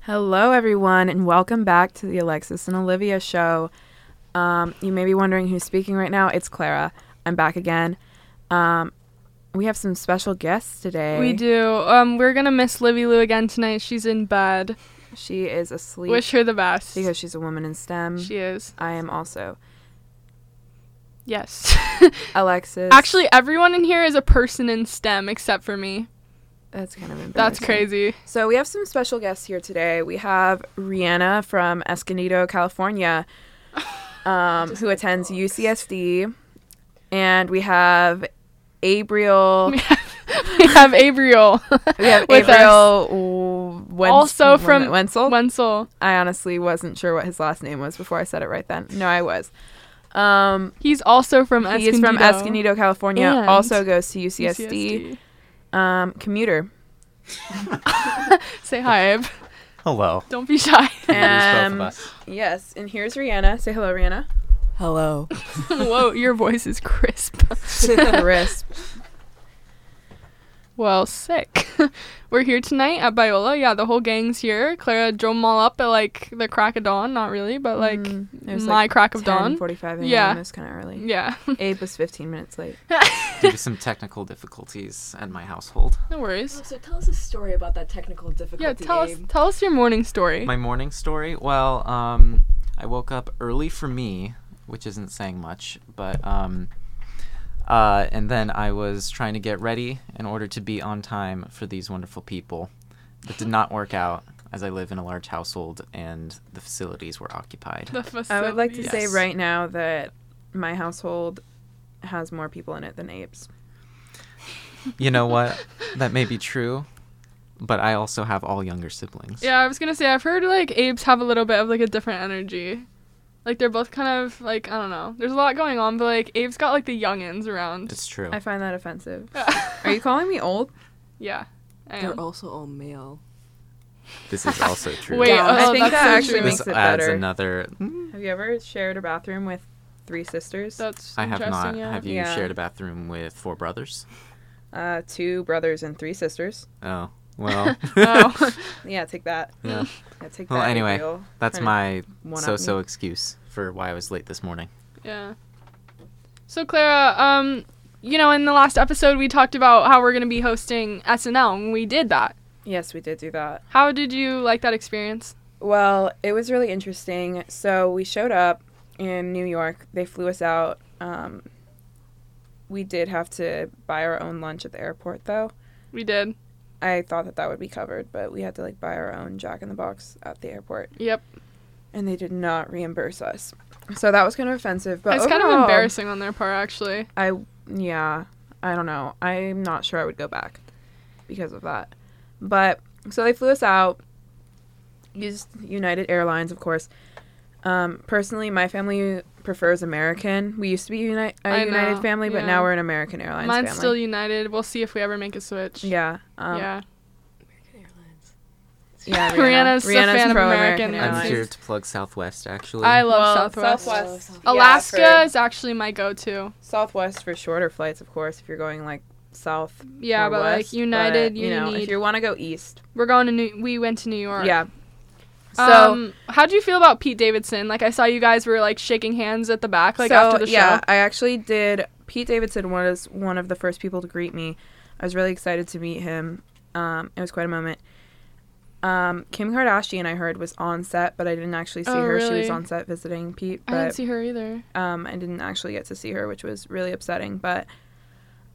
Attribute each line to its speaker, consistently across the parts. Speaker 1: Hello, everyone, and welcome back to the Alexis and Olivia show. Um, you may be wondering who's speaking right now. It's Clara. I'm back again. Um, we have some special guests today.
Speaker 2: We do. Um, we're gonna miss Livy Lou again tonight. She's in bed.
Speaker 1: She is asleep
Speaker 2: Wish her the best.
Speaker 1: because she's a woman in STEM.
Speaker 2: she is.
Speaker 1: I am also.
Speaker 2: Yes.
Speaker 1: Alexis.
Speaker 2: Actually, everyone in here is a person in STEM except for me.
Speaker 1: that's kind of embarrassing.
Speaker 2: That's crazy.
Speaker 1: So we have some special guests here today. We have Rihanna from Escondido, California, um, who attends UCSD, and we have Abriel.
Speaker 2: We have, we have Abriel.
Speaker 1: We have
Speaker 2: with us.
Speaker 1: Abriel W- Wen-
Speaker 2: Also
Speaker 1: Wen-
Speaker 2: from-
Speaker 1: Wenzel.
Speaker 2: Wenzel.
Speaker 1: I honestly wasn't sure what his last name was before I said it right then. No, I was. Um,
Speaker 2: He's also from
Speaker 1: he is from Escondido, California.
Speaker 2: And
Speaker 1: also goes to UCSD.
Speaker 2: CSD.
Speaker 1: Um, commuter.
Speaker 2: Say hi, Abe.
Speaker 3: Hello.
Speaker 2: Don't be shy.
Speaker 3: There's both
Speaker 1: Um,
Speaker 3: of us.
Speaker 1: Yes, and here's Rihanna. Say hello, Rihanna.
Speaker 4: Hello.
Speaker 2: Whoa, your voice is crisp.
Speaker 1: Crisp.
Speaker 2: Well, sick. We're here tonight at Biola. Yeah, the whole gang's here. Clara drove them all up at like the crack of dawn. Not really, but like
Speaker 1: Mm, it was,
Speaker 2: my
Speaker 1: like,
Speaker 2: crack of dawn.
Speaker 1: 45 a.m.
Speaker 2: Yeah.
Speaker 1: It was kind of early.
Speaker 2: Yeah,
Speaker 1: Abe was 15 minutes late.
Speaker 3: Due to some technical difficulties at my household.
Speaker 2: no worries.
Speaker 4: Oh, So tell us a story about that technical difficulty.
Speaker 2: Yeah, tell us
Speaker 4: Abe.
Speaker 2: tell us your morning story.
Speaker 3: My morning story? Well, um, I woke up early for me, which isn't saying much, but. Um, uh, and then I was trying to get ready in order to be on time for these wonderful people. That did not work out as I live in a large household and the facilities were occupied.
Speaker 2: the
Speaker 1: I would like to
Speaker 2: facilities.
Speaker 1: say
Speaker 3: Yes.
Speaker 1: right now that my household has more people in it than Abe's.
Speaker 3: you know what? That may be true, but I also have all younger siblings.
Speaker 2: Yeah, I was gonna say I've heard like apes have a little bit of like a different energy. Like they're both kind of like I don't know. There's a lot going on, but like apes got like the youngins around.
Speaker 3: It's true.
Speaker 1: I find that offensive. Are you calling me old?
Speaker 2: yeah. I am.
Speaker 4: They're also all male.
Speaker 3: This is also true.
Speaker 2: Wait,
Speaker 1: Yeah, I
Speaker 2: oh,
Speaker 1: think
Speaker 2: that's
Speaker 1: that
Speaker 2: so
Speaker 1: actually
Speaker 2: true.
Speaker 1: makes
Speaker 3: this
Speaker 1: it
Speaker 3: adds
Speaker 1: better.
Speaker 3: another.
Speaker 2: Mm-hmm.
Speaker 1: Have you ever shared a bathroom with three sisters?
Speaker 2: That's
Speaker 3: I have not.
Speaker 2: interesting, yeah.
Speaker 3: Have you
Speaker 1: Yeah.
Speaker 3: shared a bathroom with four brothers?
Speaker 1: Uh, two brothers and three sisters.
Speaker 3: Oh, well,
Speaker 2: Oh.
Speaker 1: Yeah, take that.
Speaker 3: Yeah.
Speaker 1: Yeah, take
Speaker 3: Well,
Speaker 1: that.
Speaker 3: anyway,
Speaker 1: Abriel.
Speaker 3: that's
Speaker 1: Kinda
Speaker 3: my
Speaker 1: one-up me.
Speaker 3: so-so excuse for why I was late this morning.
Speaker 2: Yeah. So Clara, um, you know, in the last episode we talked about how we're gonna be hosting SNL, and we did that.
Speaker 1: Yes, we did do that.
Speaker 2: How did you like that experience?
Speaker 1: Well, it was really interesting. So we showed up in New York. They flew us out. Um, we did have to buy our own lunch at the airport, though.
Speaker 2: We did.
Speaker 1: I thought that that would be covered, but we had to like buy our own Jack in the Box at the airport,
Speaker 2: Yep.
Speaker 1: and they did not reimburse us. So that was kind of offensive. But
Speaker 2: it's kind of
Speaker 1: overall,
Speaker 2: embarrassing on their part, actually.
Speaker 1: I yeah, I don't know. I'm not sure I would go back because of that. But so they flew us out. Used United Airlines, of course. Um, personally, my family prefers American. We used to be uni- a
Speaker 2: I
Speaker 1: United
Speaker 2: know,
Speaker 1: family, but
Speaker 2: yeah.
Speaker 1: now we're an American Airlines
Speaker 2: Mine's
Speaker 1: family.
Speaker 2: still United. We'll see if we ever make a switch.
Speaker 1: yeah, um, yeah,
Speaker 2: yeah.
Speaker 4: American Airlines.
Speaker 1: yeah.
Speaker 2: Rihanna's a fan
Speaker 1: pro-American
Speaker 2: of American
Speaker 3: I'm
Speaker 2: Airlines.
Speaker 3: here to plug Southwest, actually.
Speaker 2: I love
Speaker 1: Well,
Speaker 2: Southwest.
Speaker 1: Southwest. yeah,
Speaker 2: Alaska
Speaker 1: for-
Speaker 2: is actually my go-to.
Speaker 1: Southwest for shorter flights, of course. If you're going like south,
Speaker 2: Yeah,
Speaker 1: or
Speaker 2: but
Speaker 1: west,
Speaker 2: like United,
Speaker 1: but,
Speaker 2: you,
Speaker 1: you know,
Speaker 2: need.
Speaker 1: if you want to go east,
Speaker 2: We're going to New. We went to New York.
Speaker 1: yeah. So.
Speaker 2: Um, how do you feel about Pete Davidson? Like I saw you guys were like shaking hands at the back, like
Speaker 1: so,
Speaker 2: after the show.
Speaker 1: yeah, I actually did. Pete Davidson was one of the first people to greet me. I was really excited to meet him. Um, it was quite a moment. Um, Kim Kardashian, I heard, was on set, but I didn't actually see
Speaker 2: Oh,
Speaker 1: her. She was
Speaker 2: really?
Speaker 1: on set visiting Pete,
Speaker 2: I didn't
Speaker 1: but
Speaker 2: see her either.
Speaker 1: um, I didn't actually get to see her, which was really upsetting. But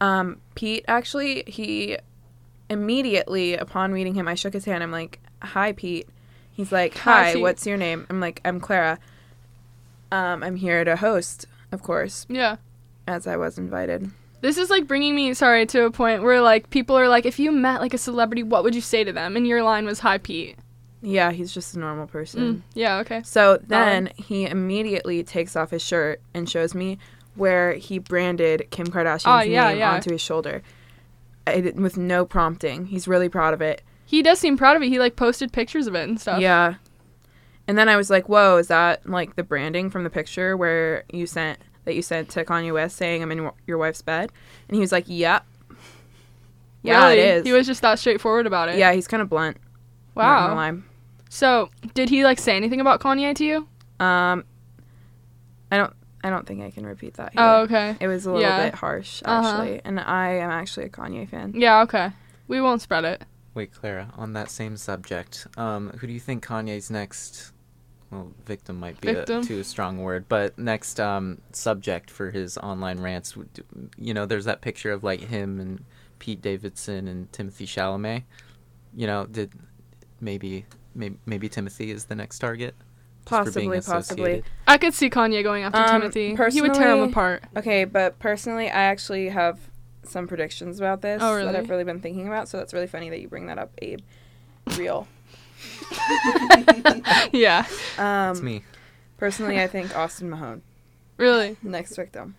Speaker 1: um, Pete actually, he immediately upon meeting him, I shook his hand. I'm like, "Hi, Pete." He's like,
Speaker 2: Hi,
Speaker 1: "Hi,
Speaker 2: Pete."
Speaker 1: what's your name?" I'm like, "I'm Clara. Um, I'm here to host, of course."
Speaker 2: Yeah.
Speaker 1: as I was invited.
Speaker 2: This is like bringing me, sorry, to a point where like people are like, if you met like a celebrity, what would you say to them? And your line was, "Hi, Pete."
Speaker 1: Yeah, he's just a normal person.
Speaker 2: Mm, Yeah. Okay.
Speaker 1: So then he immediately takes off his shirt and shows me where he branded Kim Kardashian's
Speaker 2: Oh, yeah,
Speaker 1: name
Speaker 2: yeah.
Speaker 1: onto his shoulder. I did- with no prompting. He's really proud of it.
Speaker 2: He does seem proud of it. He like posted pictures of it and stuff.
Speaker 1: Yeah. And then I was like, "Whoa, is that like the branding from the picture where you sent that you sent to Kanye West saying I'm in w- your wife's bed?" And he was like, "Yep." Yeah,
Speaker 2: Really?
Speaker 1: it is.
Speaker 2: He was just that straightforward about it.
Speaker 1: yeah, he's kind of blunt. not gonna
Speaker 2: Wow.
Speaker 1: lie.
Speaker 2: So, did he like say anything about Kanye to you?
Speaker 1: Um, I don't. I don't think I can repeat that. Here.
Speaker 2: Oh, okay.
Speaker 1: It was a little
Speaker 2: Yeah.
Speaker 1: bit harsh,
Speaker 2: Uh-huh.
Speaker 1: actually, and I am actually a Kanye fan.
Speaker 2: Yeah, okay. We won't spread it.
Speaker 3: Wait, Clara, on that same subject, um, who do you think Kanye's next, well, victim might be a,
Speaker 2: Victim?
Speaker 3: too strong a word, but next um, subject for his online rants? would- You know, there's that picture of like him and Pete Davidson and Timothy Chalamet. You know, did maybe maybe, maybe Timothy is the next target? Just for being
Speaker 1: Possibly, possibly.
Speaker 3: associated.
Speaker 2: I could see Kanye going after
Speaker 1: Um,
Speaker 2: Timothy. He would tear
Speaker 1: personally-
Speaker 2: him apart.
Speaker 1: Okay, but personally, I actually have some predictions about this
Speaker 2: Oh,
Speaker 1: that
Speaker 2: really?
Speaker 1: I've really been thinking about. So that's really funny that you bring that up, Abe. Real.
Speaker 2: yeah,
Speaker 3: It's
Speaker 1: Um,
Speaker 3: me.
Speaker 1: personally, I think Austin Mahone
Speaker 2: really.
Speaker 1: next victim.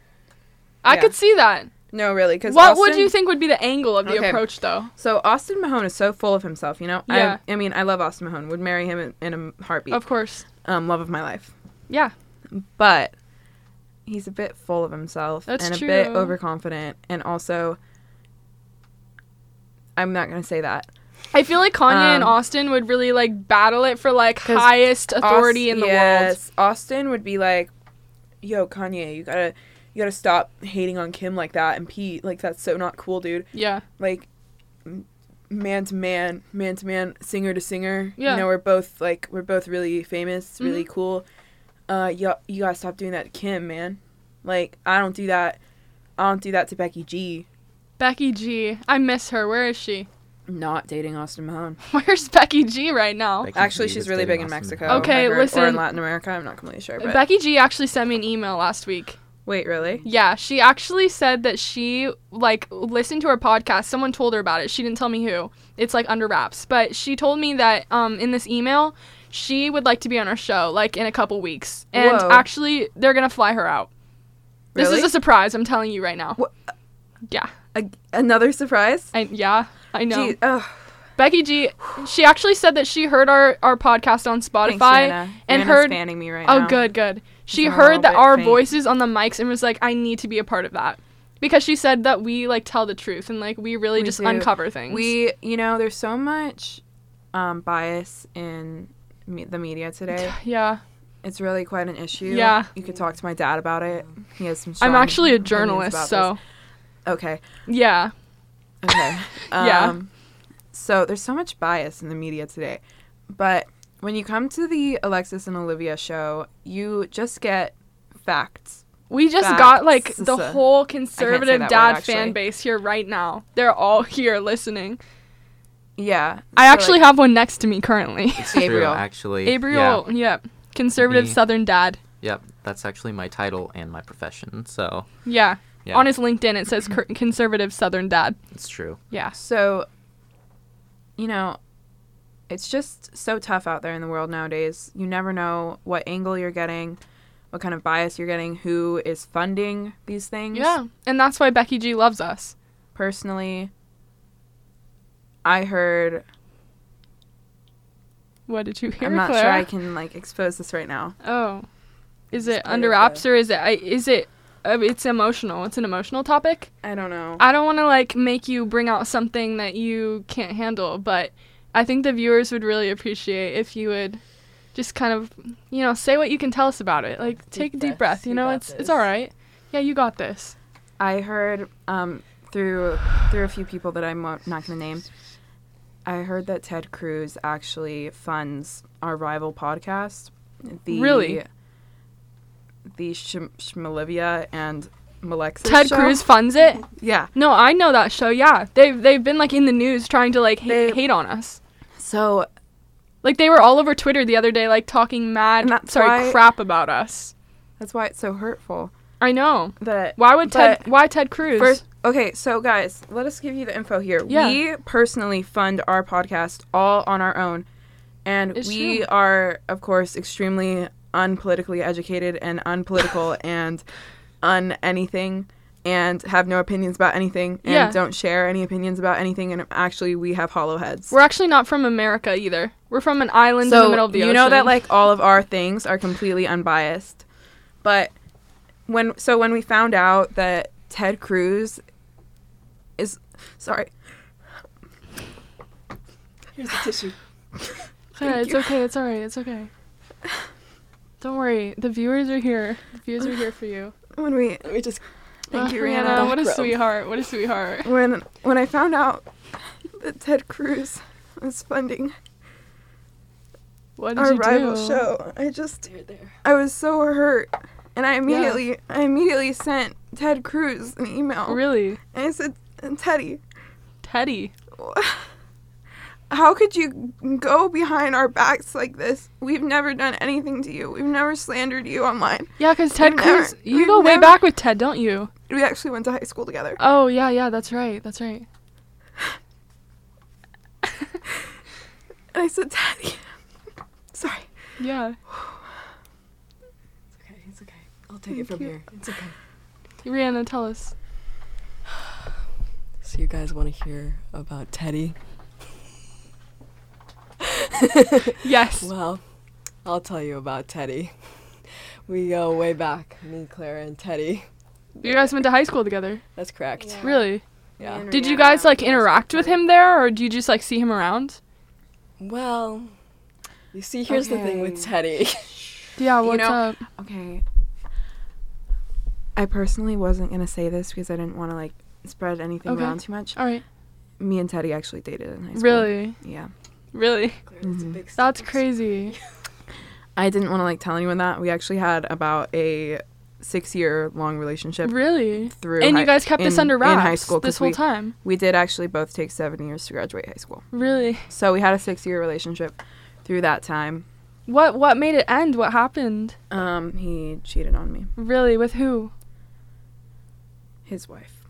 Speaker 2: I
Speaker 1: Yeah.
Speaker 2: could see that.
Speaker 1: No, really, because
Speaker 2: What would you think would be the angle of the
Speaker 1: Okay.
Speaker 2: approach, though?
Speaker 1: So Austin Mahone is so full of himself, you know.
Speaker 2: Yeah.
Speaker 1: I, I mean, I love Austin Mahone. Would marry him in, in a heartbeat.
Speaker 2: Of course.
Speaker 1: um, love of my life.
Speaker 2: Yeah.
Speaker 1: But he's a bit full of himself
Speaker 2: That's
Speaker 1: and a bit
Speaker 2: true.
Speaker 1: overconfident, and also, I'm not gonna say that.
Speaker 2: I feel like Kanye and
Speaker 1: Um,
Speaker 2: Austin would really like battle it for like
Speaker 1: 'Cause
Speaker 2: highest authority
Speaker 1: Aus-
Speaker 2: in the world.
Speaker 1: yes, Austin would be like, "Yo, Kanye, you gotta, you gotta stop hating on Kim like that, and Pete, like that's so not cool, dude.
Speaker 2: Yeah.
Speaker 1: Like, m- man to man, man to man, singer to singer.
Speaker 2: Yeah. Mm-hmm.
Speaker 1: You know, we're both like, we're both really famous, really cool. Uh, you, you gotta stop doing that to Kim, man. Like, I don't do that. I don't do that to Becky G.
Speaker 2: Becky G. I miss her. Where is she?
Speaker 1: Not dating Austin Mahone.
Speaker 2: Where's Becky G right now?
Speaker 3: Becky
Speaker 1: oh, Actually,
Speaker 3: G
Speaker 1: she's
Speaker 3: was
Speaker 1: really big
Speaker 3: dating
Speaker 1: in
Speaker 3: Austin
Speaker 1: Mexico.
Speaker 3: Mahone.
Speaker 2: Okay,
Speaker 1: I heard, Or
Speaker 2: listen.
Speaker 1: in Latin America, I'm not completely sure. But
Speaker 2: Becky G actually sent me an email last week.
Speaker 1: wait, really?
Speaker 2: Yeah, she actually said that she like listened to her podcast. Someone told her about it. She didn't tell me who. It's like under wraps. But she told me that um in this email, she would like to be on our show like in a couple weeks. And
Speaker 1: Whoa.
Speaker 2: actually they're going to fly her out. This
Speaker 1: Really?
Speaker 2: is a surprise, I'm telling you right now.
Speaker 1: What?
Speaker 2: Yeah.
Speaker 1: A- another surprise?
Speaker 2: I yeah, I know.
Speaker 1: Gee, ugh.
Speaker 2: Becky G, she actually said that she heard our, our podcast on Spotify
Speaker 1: Thanks, Anna.
Speaker 2: and
Speaker 1: Anna's
Speaker 2: heard.
Speaker 1: fanning me right
Speaker 2: oh,
Speaker 1: now.
Speaker 2: good, good. She
Speaker 1: I'm a little
Speaker 2: heard that
Speaker 1: bit
Speaker 2: our
Speaker 1: faint.
Speaker 2: voices on the mics and was like, I need to be a part of that because she said that we like tell the truth and like we really
Speaker 1: We
Speaker 2: just
Speaker 1: do.
Speaker 2: uncover things.
Speaker 1: We, you know, there's so much um, bias in me- the media today.
Speaker 2: yeah,
Speaker 1: It's really quite an issue.
Speaker 2: Yeah.
Speaker 1: you could talk to my dad about it. He has some.
Speaker 2: I'm
Speaker 1: strong
Speaker 2: actually a
Speaker 1: opinions about
Speaker 2: journalist, so
Speaker 1: this. okay,
Speaker 2: yeah,
Speaker 1: okay, um,
Speaker 2: Yeah.
Speaker 1: So there's so much bias in the media today, but when you come to the Alexis and Olivia show, you just get facts.
Speaker 2: we just
Speaker 1: Facts.
Speaker 2: got like the
Speaker 1: S-
Speaker 2: whole conservative
Speaker 1: that
Speaker 2: dad
Speaker 1: word, actually.
Speaker 2: fan base here right now. They're all here listening.
Speaker 1: Yeah,
Speaker 2: I
Speaker 1: So,
Speaker 2: actually
Speaker 1: like,
Speaker 2: have one next to me currently.
Speaker 3: It's true,
Speaker 1: Gabriel.
Speaker 3: actually.
Speaker 2: Gabriel,
Speaker 3: Yeah,
Speaker 2: yeah, conservative
Speaker 3: Me.
Speaker 2: Southern dad.
Speaker 3: yep, that's actually my title and my profession, so
Speaker 2: Yeah.
Speaker 3: Yeah.
Speaker 2: On his LinkedIn, it says cur- conservative Southern dad.
Speaker 3: it's true.
Speaker 2: Yeah.
Speaker 1: So, you know, it's just so tough out there in the world nowadays. You never know what angle you're getting, what kind of bias you're getting, who is funding these things.
Speaker 2: Yeah. And that's why Becky G loves us.
Speaker 1: Personally, I heard.
Speaker 2: What did you hear,
Speaker 1: I'm not
Speaker 2: Claire?
Speaker 1: sure I can like expose this right now.
Speaker 2: Oh. Is it
Speaker 4: Just
Speaker 2: under
Speaker 4: leave it there.
Speaker 2: wraps or is it, I, is it, uh, it's emotional. It's an emotional topic.
Speaker 1: I don't know.
Speaker 2: I don't want to like make you bring out something that you can't handle, but I think the viewers would really appreciate if you would just kind of, you know, say what you can tell us about it. Like take a deep
Speaker 4: breaths.
Speaker 2: breath, you
Speaker 4: You
Speaker 2: know,
Speaker 4: got
Speaker 2: it's,
Speaker 4: this.
Speaker 2: it's all right. Yeah, you got this.
Speaker 1: I heard um, through through a few people that I'm not going to name. I heard that Ted Cruz actually funds our rival podcast. The,
Speaker 2: Really?
Speaker 1: The Shm- Shmolivia and Malexis.
Speaker 2: Ted
Speaker 1: show.
Speaker 2: Cruz funds it.
Speaker 1: Yeah.
Speaker 2: No, I know that show. Yeah, they've they've been like in the news trying to like ha-
Speaker 1: They-
Speaker 2: hate on us.
Speaker 1: So
Speaker 2: Like they were all over Twitter the other day, like talking mad,
Speaker 1: And that's
Speaker 2: sorry,
Speaker 1: why-
Speaker 2: crap about us.
Speaker 1: that's why it's so hurtful
Speaker 2: I know.
Speaker 1: that
Speaker 2: Why would Ted?
Speaker 1: But-
Speaker 2: why Ted Cruz?
Speaker 1: First, okay, so guys, let us give you the info here.
Speaker 2: Yeah.
Speaker 1: We personally fund our podcast all on our own, and
Speaker 2: It's
Speaker 1: we
Speaker 2: true.
Speaker 1: are, of course, extremely unpolitically educated and unpolitical and un anything, and have no opinions about anything, and
Speaker 2: Yeah.
Speaker 1: don't share any opinions about anything. And actually, we have hollow heads.
Speaker 2: we're actually not from America either. We're from an island in the middle
Speaker 1: so
Speaker 2: of the
Speaker 1: you
Speaker 2: ocean.
Speaker 1: know that like all of our things are completely unbiased, but when so when we found out that Ted Cruz is sorry
Speaker 4: Here's the tissue.
Speaker 2: It's alright. It's okay. It's alright. It's okay. Don't worry. The viewers are here. The viewers are here for you.
Speaker 1: When we
Speaker 4: Let me just.
Speaker 1: thank
Speaker 2: Oh,
Speaker 1: you, Rihanna.
Speaker 2: What a
Speaker 4: Back row.
Speaker 2: sweetheart. What a sweetheart.
Speaker 1: When when I found out that Ted Cruz was funding
Speaker 2: What did
Speaker 1: our
Speaker 2: you
Speaker 1: rival
Speaker 2: do?
Speaker 1: show, I just
Speaker 4: There, there.
Speaker 1: I was so hurt, and I immediately I immediately sent Ted Cruz an email.
Speaker 2: Really,
Speaker 1: And I said, Teddy,
Speaker 2: Teddy.
Speaker 1: how could you go behind our backs like this? We've never done anything to you. We've never slandered you online.
Speaker 2: Yeah, because Ted
Speaker 1: We've never-
Speaker 2: Cruz. You
Speaker 1: we've
Speaker 2: go way
Speaker 1: never-
Speaker 2: back with Ted, don't you?
Speaker 1: We actually went to high school together.
Speaker 2: Oh yeah, yeah. That's right. That's right.
Speaker 1: And I said, Teddy, sorry.
Speaker 2: Yeah.
Speaker 4: It's okay. It's okay. I'll take it from here. It's okay.
Speaker 2: Rihanna, tell us.
Speaker 4: So you guys want to hear about Teddy?
Speaker 2: Yes.
Speaker 4: Well, I'll tell you about Teddy. We go way back, me, Clara, and Teddy.
Speaker 2: You guys went to high school together.
Speaker 4: That's correct.
Speaker 1: Yeah.
Speaker 2: Really?
Speaker 4: Yeah.
Speaker 1: Me and
Speaker 2: Did you
Speaker 1: Rihanna
Speaker 2: guys
Speaker 1: went
Speaker 2: like
Speaker 1: to
Speaker 2: interact
Speaker 1: school
Speaker 2: with
Speaker 1: together.
Speaker 2: him there, or do you just like see him around?
Speaker 4: Well, you see, here's the thing with
Speaker 1: Okay.
Speaker 4: Teddy.
Speaker 2: Yeah.
Speaker 1: You
Speaker 2: What's
Speaker 1: know-
Speaker 2: up?
Speaker 1: Okay. I personally wasn't going to say this because I didn't want to, like, spread anything
Speaker 2: Okay.
Speaker 1: around too much.
Speaker 2: All right.
Speaker 1: Me and Teddy actually dated in high school.
Speaker 2: Really?
Speaker 1: Yeah.
Speaker 2: Really?
Speaker 4: Clara, that's a
Speaker 1: Mhm.
Speaker 4: big
Speaker 2: Mm-hmm. That's
Speaker 4: secret.
Speaker 2: crazy.
Speaker 1: I didn't want to, like, tell anyone that. We actually had about a six year long relationship
Speaker 2: Really?
Speaker 1: through
Speaker 2: And
Speaker 1: hi-
Speaker 2: you guys kept this
Speaker 1: in-
Speaker 2: under
Speaker 1: in
Speaker 2: wraps
Speaker 1: high school
Speaker 2: this
Speaker 1: 'cause
Speaker 2: whole
Speaker 1: we-
Speaker 2: time.
Speaker 1: We did actually both take seven years to graduate high school.
Speaker 2: Really?
Speaker 1: So we had a six year relationship through that time.
Speaker 2: What what made it end? What happened?
Speaker 1: Um, he cheated on me,
Speaker 2: Really? With who?
Speaker 1: his wife.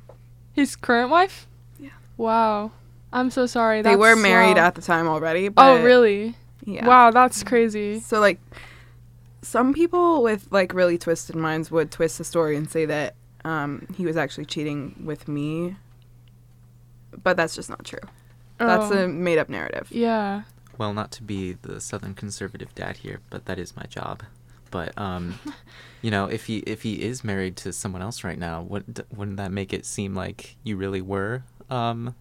Speaker 2: His current wife?
Speaker 1: Yeah.
Speaker 2: Wow. I'm so sorry.
Speaker 1: they
Speaker 2: That's-
Speaker 1: were married
Speaker 2: wow.
Speaker 1: at the time already.
Speaker 2: Oh
Speaker 1: But
Speaker 2: really?
Speaker 1: Yeah.
Speaker 2: Wow, that's crazy.
Speaker 1: So like, some people with like really twisted minds would twist the story and say that um, he was actually cheating with me, but that's just not true. That's
Speaker 2: Oh,
Speaker 1: a made up narrative.
Speaker 2: Yeah.
Speaker 3: Well, not to be the Southern conservative dad here, but that is my job. But um, you know, if he if he is married to someone else right now, would wouldn't that make it seem like you really were um,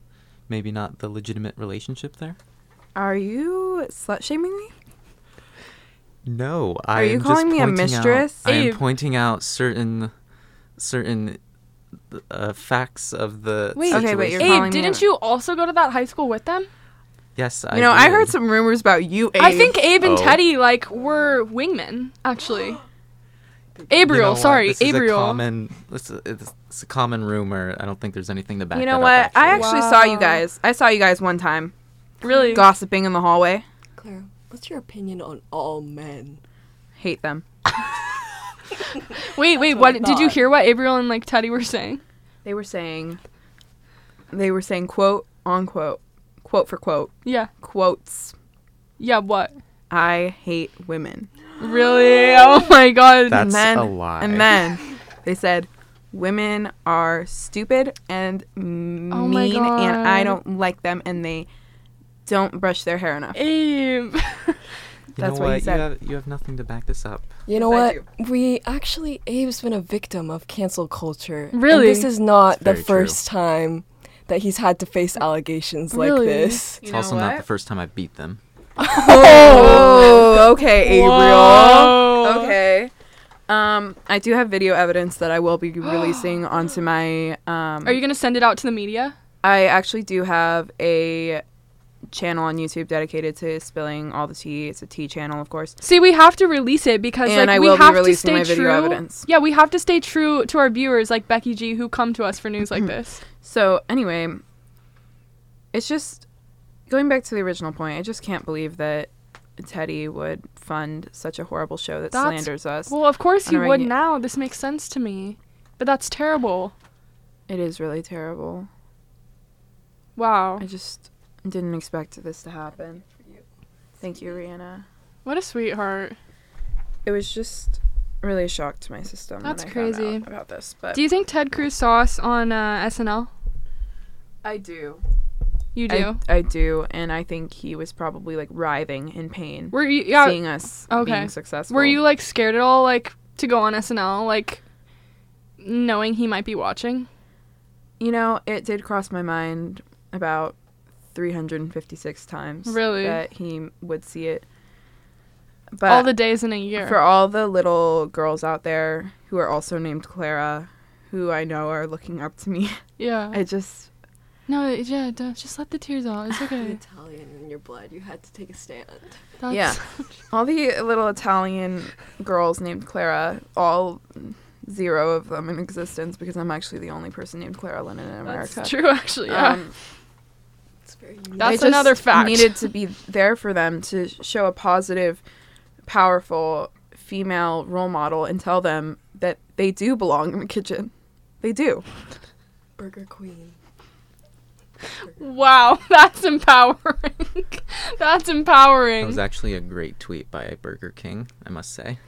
Speaker 3: maybe not the legitimate relationship there?
Speaker 1: Are you slut shaming me?
Speaker 3: No,
Speaker 1: Are
Speaker 3: I
Speaker 1: you
Speaker 3: am just
Speaker 1: calling me a
Speaker 3: pointing out-
Speaker 1: mistress?
Speaker 3: I am
Speaker 2: Abe.
Speaker 3: pointing out certain certain uh, facts of the
Speaker 2: Wait.
Speaker 1: Okay, but
Speaker 3: situation.
Speaker 1: You're calling
Speaker 2: Abe,
Speaker 1: me
Speaker 2: didn't
Speaker 1: a-
Speaker 2: you also go to that high school with them?
Speaker 3: yes, I
Speaker 1: You know, I
Speaker 3: did.
Speaker 1: heard some rumors about you. Abe.
Speaker 2: I think Abe and
Speaker 3: Oh.
Speaker 2: Teddy like were wingmen, actually.
Speaker 3: You know
Speaker 2: Abriel,
Speaker 3: what?
Speaker 2: sorry,
Speaker 3: This is a
Speaker 2: Abriel.
Speaker 3: common- this is- it's, it's a common rumor. I don't think there's anything to back
Speaker 1: You know
Speaker 3: that
Speaker 1: what?
Speaker 3: up.
Speaker 1: I
Speaker 3: actually.
Speaker 1: actually saw you
Speaker 2: Wow.
Speaker 1: guys. I saw you guys one time
Speaker 2: Really?
Speaker 1: gossiping in the hallway.
Speaker 4: Clara, what's your opinion on all men?
Speaker 1: Hate them.
Speaker 2: Wait, wait,
Speaker 4: That's what
Speaker 2: what
Speaker 4: I
Speaker 2: did you
Speaker 4: thought.
Speaker 2: hear what Abriel and like Teddy were saying?
Speaker 1: They were saying, they were saying quote unquote, quote for quote,
Speaker 2: Yeah.
Speaker 1: quotes.
Speaker 2: Yeah, what?
Speaker 1: I hate women.
Speaker 2: Really? Oh my god.
Speaker 3: That's
Speaker 1: then-
Speaker 3: a lie.
Speaker 1: And then they said, women are stupid and mean,
Speaker 2: Oh my
Speaker 1: and I
Speaker 2: God.
Speaker 1: don't like them, and they don't brush their hair enough.
Speaker 2: Abe.
Speaker 3: you
Speaker 1: that's
Speaker 3: know
Speaker 1: what he
Speaker 3: what?
Speaker 1: said.
Speaker 3: You have, you have nothing to back this up.
Speaker 4: You know
Speaker 1: Yes, I
Speaker 4: what? We actually, Abe's been a victim of cancel culture. and
Speaker 2: Really?
Speaker 4: this is not
Speaker 3: It's
Speaker 4: the
Speaker 3: very true.
Speaker 4: first time that he's had to face allegations like
Speaker 2: Really?
Speaker 4: this.
Speaker 3: It's also not the first time I beat them.
Speaker 1: Oh, okay, Ariel.
Speaker 2: Whoa.
Speaker 1: Okay. Um, I do have video evidence that I will be releasing onto my. Um,
Speaker 2: Are you gonna send it out to the media?
Speaker 1: I actually do have a channel on YouTube dedicated to spilling all the tea. It's a tea channel, of course.
Speaker 2: See, we have to release it because
Speaker 1: And
Speaker 2: like
Speaker 1: I
Speaker 2: we
Speaker 1: will be
Speaker 2: have to
Speaker 1: releasing
Speaker 2: stay
Speaker 1: my video
Speaker 2: true.
Speaker 1: evidence.
Speaker 2: Yeah, we have to stay true to our viewers like Becky G who come to us for news
Speaker 1: Mm-hmm.
Speaker 2: like this.
Speaker 1: So anyway, it's just going back to the original point. I just can't believe that Teddy would fund such a horrible show that
Speaker 2: That's-
Speaker 1: slanders us.
Speaker 2: Well, of course
Speaker 1: On a
Speaker 2: you would
Speaker 1: regu-
Speaker 2: now. This makes sense to me. But that's terrible.
Speaker 1: it is really terrible.
Speaker 2: Wow.
Speaker 1: I just didn't expect this to happen. Thank you, Rihanna.
Speaker 2: What a sweetheart.
Speaker 1: It was just really a shock to my system.
Speaker 2: That's
Speaker 1: when I found
Speaker 2: crazy.
Speaker 1: out about this, but
Speaker 2: Do you think Ted Cruz saw us on uh, SNL?
Speaker 1: I do.
Speaker 2: You do.
Speaker 1: I, I do, and I think he was probably like writhing in pain,
Speaker 2: Were you yeah,
Speaker 1: seeing us
Speaker 2: Okay.
Speaker 1: being successful.
Speaker 2: Were you like scared at all, like to go on SNL, like knowing he might be watching?
Speaker 1: You know, it did cross my mind about 356 times
Speaker 2: Really?
Speaker 1: that he would see it. uh, But
Speaker 2: all the days in a year.
Speaker 1: for all the little girls out there who are also named Clara, who I know are looking up to me,
Speaker 2: yeah.
Speaker 1: I just
Speaker 2: no, yeah, don't- just let the tears out. It's
Speaker 4: An
Speaker 2: okay.
Speaker 4: Italian in your blood. You had to take a stand.
Speaker 2: That's,
Speaker 1: Yeah. all the little Italian girls named Clara, all zero of them in existence because I'm actually the only person named Clara Lennon in America.
Speaker 2: That's true, actually. Yeah.
Speaker 1: Um,
Speaker 4: It's very unique.
Speaker 1: I
Speaker 2: That's
Speaker 1: just
Speaker 2: another fact.
Speaker 1: Needed to be there for them to show a positive, powerful female role model and tell them that they do belong in the kitchen. They do.
Speaker 4: Burger Queen.
Speaker 2: wow, that's empowering. that's empowering.
Speaker 3: That was actually a great tweet by Burger King, I must say.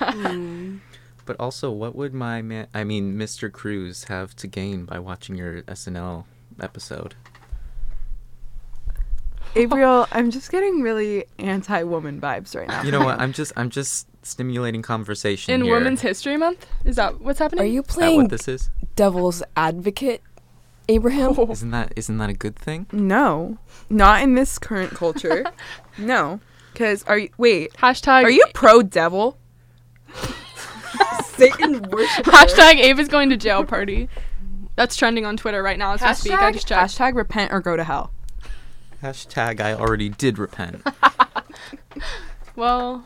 Speaker 4: Mm.
Speaker 3: But also, what would my man, I mean, Mr. Cruz, have to gain by watching your SNL episode?
Speaker 1: April, I'm just getting really anti-woman vibes right now.
Speaker 3: You know what? I'm just, I'm just stimulating conversation
Speaker 2: in
Speaker 3: here.
Speaker 2: Women's History Month? Is that what's happening?
Speaker 4: Are you
Speaker 3: Is that what
Speaker 4: playing
Speaker 3: this is?
Speaker 4: devil's advocate, Abraham?
Speaker 3: Isn't that, isn't that a good thing?
Speaker 1: No, not in this current culture. no, because are you? Wait,
Speaker 2: Hashtag
Speaker 1: are you pro devil?
Speaker 4: Satan worship.
Speaker 2: Hashtag Ave is going to jail party. That's trending on Twitter right now as we speak. I just checked.
Speaker 1: hashtag repent or go to hell.
Speaker 3: Hashtag I already did repent.
Speaker 2: Well,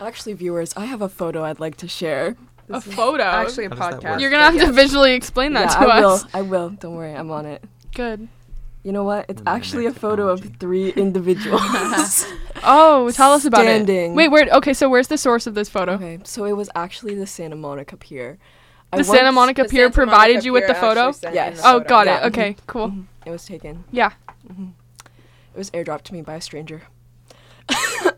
Speaker 4: Actually, viewers, I have a photo I'd like to share.
Speaker 2: a photo.
Speaker 1: Actually, a
Speaker 3: How does that
Speaker 1: podcast.
Speaker 3: work?
Speaker 2: you're gonna have to visually explain that to
Speaker 4: yeah, I
Speaker 2: us.
Speaker 4: will. I will. Don't worry, I'm on it.
Speaker 2: Good.
Speaker 4: You know what? It's
Speaker 3: Women and
Speaker 4: actually
Speaker 3: their
Speaker 4: a photo of
Speaker 3: technology.
Speaker 4: three individuals.
Speaker 2: Oh, tell us about it.
Speaker 4: Standing.
Speaker 2: Wait, where? Okay, so where's the source of this photo?
Speaker 4: okay, so it was actually the Santa Monica Pier. I
Speaker 2: The Santa
Speaker 4: once-
Speaker 2: Monica
Speaker 1: The
Speaker 2: Pier
Speaker 1: Santa
Speaker 2: provided
Speaker 1: Monica
Speaker 2: you with the
Speaker 1: Pier actually
Speaker 2: photo.
Speaker 1: sent
Speaker 4: Yes.
Speaker 1: in the
Speaker 2: Oh,
Speaker 1: photo.
Speaker 2: got
Speaker 4: Yeah.
Speaker 2: it. Okay, cool.
Speaker 4: Mhm, It was taken. Mm-hmm.
Speaker 2: Yeah.
Speaker 4: It was airdropped to me by a stranger.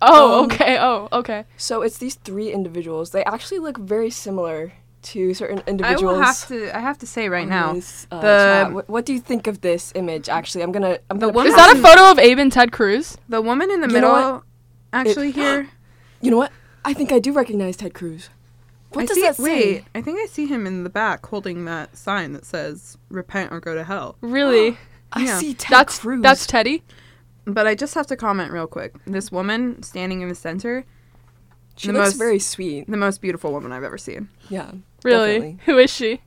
Speaker 2: Oh,
Speaker 4: Um,
Speaker 2: okay. Oh, okay.
Speaker 4: So it's these three individuals. They actually look very similar to certain
Speaker 1: I
Speaker 4: individuals.
Speaker 1: will have to. I have to say right
Speaker 4: on
Speaker 1: now,
Speaker 4: this, uh,
Speaker 1: the-
Speaker 4: chat. What, what do you think of this image? Actually, I'm gonna. I'm
Speaker 1: The
Speaker 4: gonna
Speaker 1: woman-
Speaker 2: Is
Speaker 4: pass
Speaker 2: that a
Speaker 4: you-
Speaker 2: photo of Abe and Ted Cruz?
Speaker 1: the woman in the
Speaker 4: You know what?
Speaker 1: middle, actually here.
Speaker 4: You know what? I think I do recognize Ted Cruz. What
Speaker 1: I
Speaker 4: does
Speaker 1: see,
Speaker 4: that say?
Speaker 1: Wait, I think I see him in the back holding that sign that says "Repent or go to hell."
Speaker 2: Really?
Speaker 4: I
Speaker 1: Yeah.
Speaker 4: see Ted
Speaker 2: that's
Speaker 4: Cruz.
Speaker 2: that's Teddy.
Speaker 1: But I just have to comment real quick. This woman standing in the center,
Speaker 4: she
Speaker 1: the
Speaker 4: looks
Speaker 1: most-
Speaker 4: very sweet.
Speaker 1: the most beautiful woman I've ever seen.
Speaker 4: Yeah.
Speaker 2: Really?
Speaker 4: Definitely.
Speaker 2: Who is she?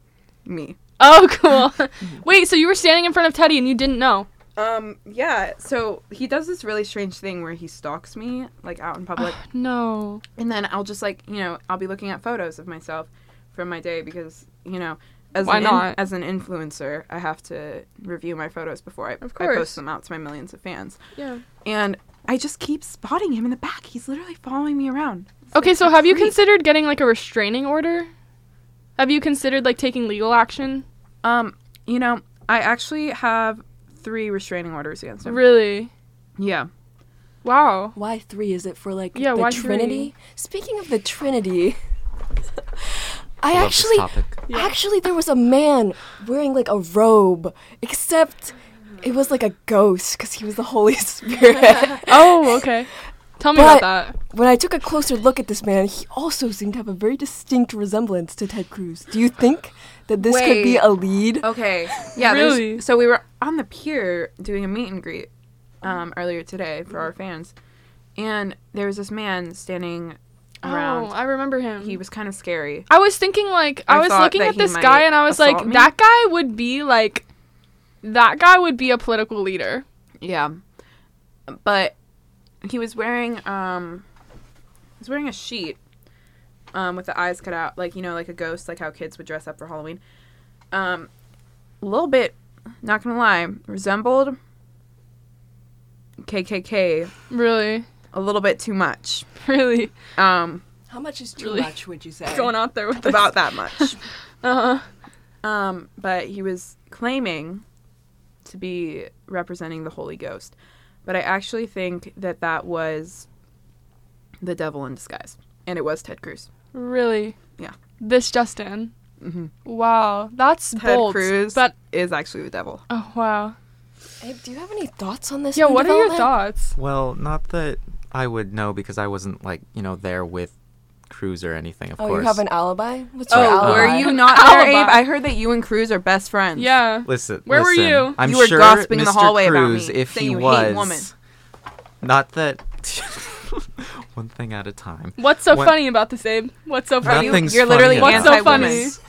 Speaker 1: Me.
Speaker 2: Oh, cool. Wait, so you were standing in front of Teddy and you didn't know?
Speaker 1: Um. Yeah. So he does this really strange thing where he stalks me like out in public,
Speaker 2: No.
Speaker 1: and then I'll just like you know I'll be looking at photos of myself from my day because you know as
Speaker 2: Why
Speaker 1: an
Speaker 2: not?
Speaker 1: as an influencer I have to review my photos before I,
Speaker 2: Of
Speaker 1: I
Speaker 2: course.
Speaker 1: post them out to my millions of fans.
Speaker 2: Yeah.
Speaker 1: and I just keep spotting him in the back. He's literally following me around.
Speaker 2: Okay, so have you
Speaker 1: creep.
Speaker 2: considered getting like a restraining order? Have you considered like taking legal action?
Speaker 1: Um, you know, I actually have three restraining orders against him.
Speaker 2: Really?
Speaker 1: Yeah.
Speaker 2: Wow.
Speaker 4: Why three? Is it for like
Speaker 2: Yeah,
Speaker 4: the
Speaker 2: why
Speaker 4: Trinity? Speaking of the Trinity, I,
Speaker 3: I love
Speaker 4: actually
Speaker 3: this topic.
Speaker 2: Yeah.
Speaker 4: actually there was a man wearing like a robe, except it was like a ghost because he was the Holy Spirit.
Speaker 2: Oh, okay. Tell me
Speaker 4: But-
Speaker 2: about that.
Speaker 4: when I took a closer look at this man, he also seemed to have a very distinct resemblance to Ted Cruz. Do you think that this could be
Speaker 1: Wait.
Speaker 4: a lead?
Speaker 2: Oh.
Speaker 1: Okay. Yeah. there's-
Speaker 2: Really?
Speaker 1: So we were on the pier doing a meet and greet um, earlier today for our fans, and there was this man standing
Speaker 2: Oh,
Speaker 1: around.
Speaker 2: I remember him.
Speaker 1: He was kind of scary.
Speaker 2: I was thinking like I,
Speaker 1: I
Speaker 2: was
Speaker 1: thought
Speaker 2: looking
Speaker 1: that
Speaker 2: at
Speaker 1: he
Speaker 2: this
Speaker 1: might
Speaker 2: guy and I was like
Speaker 1: assault me.
Speaker 2: that guy would be like that guy would be a political leader.
Speaker 1: Yeah. But he was wearing um he was wearing a sheet um with the eyes cut out, like you know, like a ghost, like how kids would dress up for Halloween. Um a little bit, not gonna lie, resembled KKK
Speaker 2: Really?
Speaker 1: a little bit too much.
Speaker 2: Really
Speaker 1: Um
Speaker 4: How much is too
Speaker 2: Really?
Speaker 4: much? Would you say?
Speaker 2: going out there with
Speaker 1: about that much.
Speaker 2: Uh-huh.
Speaker 1: Um but he was claiming to be representing the Holy Ghost. But I actually think that that was the devil in disguise. And it was Ted Cruz.
Speaker 2: Really?
Speaker 1: Yeah.
Speaker 2: This Justin.
Speaker 1: Mhm.
Speaker 2: Wow, that's
Speaker 1: Ted
Speaker 2: bold.
Speaker 1: Cruz
Speaker 2: But
Speaker 1: is actually the devil.
Speaker 2: oh wow.
Speaker 4: Abe, do you have any thoughts on this?
Speaker 2: Yeah,
Speaker 4: new
Speaker 2: what are your
Speaker 4: development?
Speaker 2: thoughts?
Speaker 3: Well, not that I would know because I wasn't like you know there with Cruz or anything, of
Speaker 4: Oh,
Speaker 3: course.
Speaker 4: you have an alibi? What's your
Speaker 1: Oh,
Speaker 4: alibi?
Speaker 1: were you not there, Abe?
Speaker 2: Alibi.
Speaker 1: I heard that you and Cruz are best friends.
Speaker 2: Yeah.
Speaker 3: Listen,
Speaker 2: Where were
Speaker 3: listen,
Speaker 2: you?
Speaker 3: I'm
Speaker 1: You were
Speaker 3: sure
Speaker 1: gossiping in the
Speaker 3: Mr.
Speaker 1: hallway about
Speaker 3: Cruz,
Speaker 1: me,
Speaker 3: If
Speaker 1: saying
Speaker 3: he
Speaker 1: you hate
Speaker 3: was,
Speaker 1: women.
Speaker 3: not that. One thing at a time.
Speaker 2: What's so
Speaker 3: What-
Speaker 2: funny about this, Abe? What's so funny?
Speaker 3: Nothing's
Speaker 1: you're literally
Speaker 3: funny
Speaker 2: What's so
Speaker 3: about
Speaker 2: funny?
Speaker 3: this.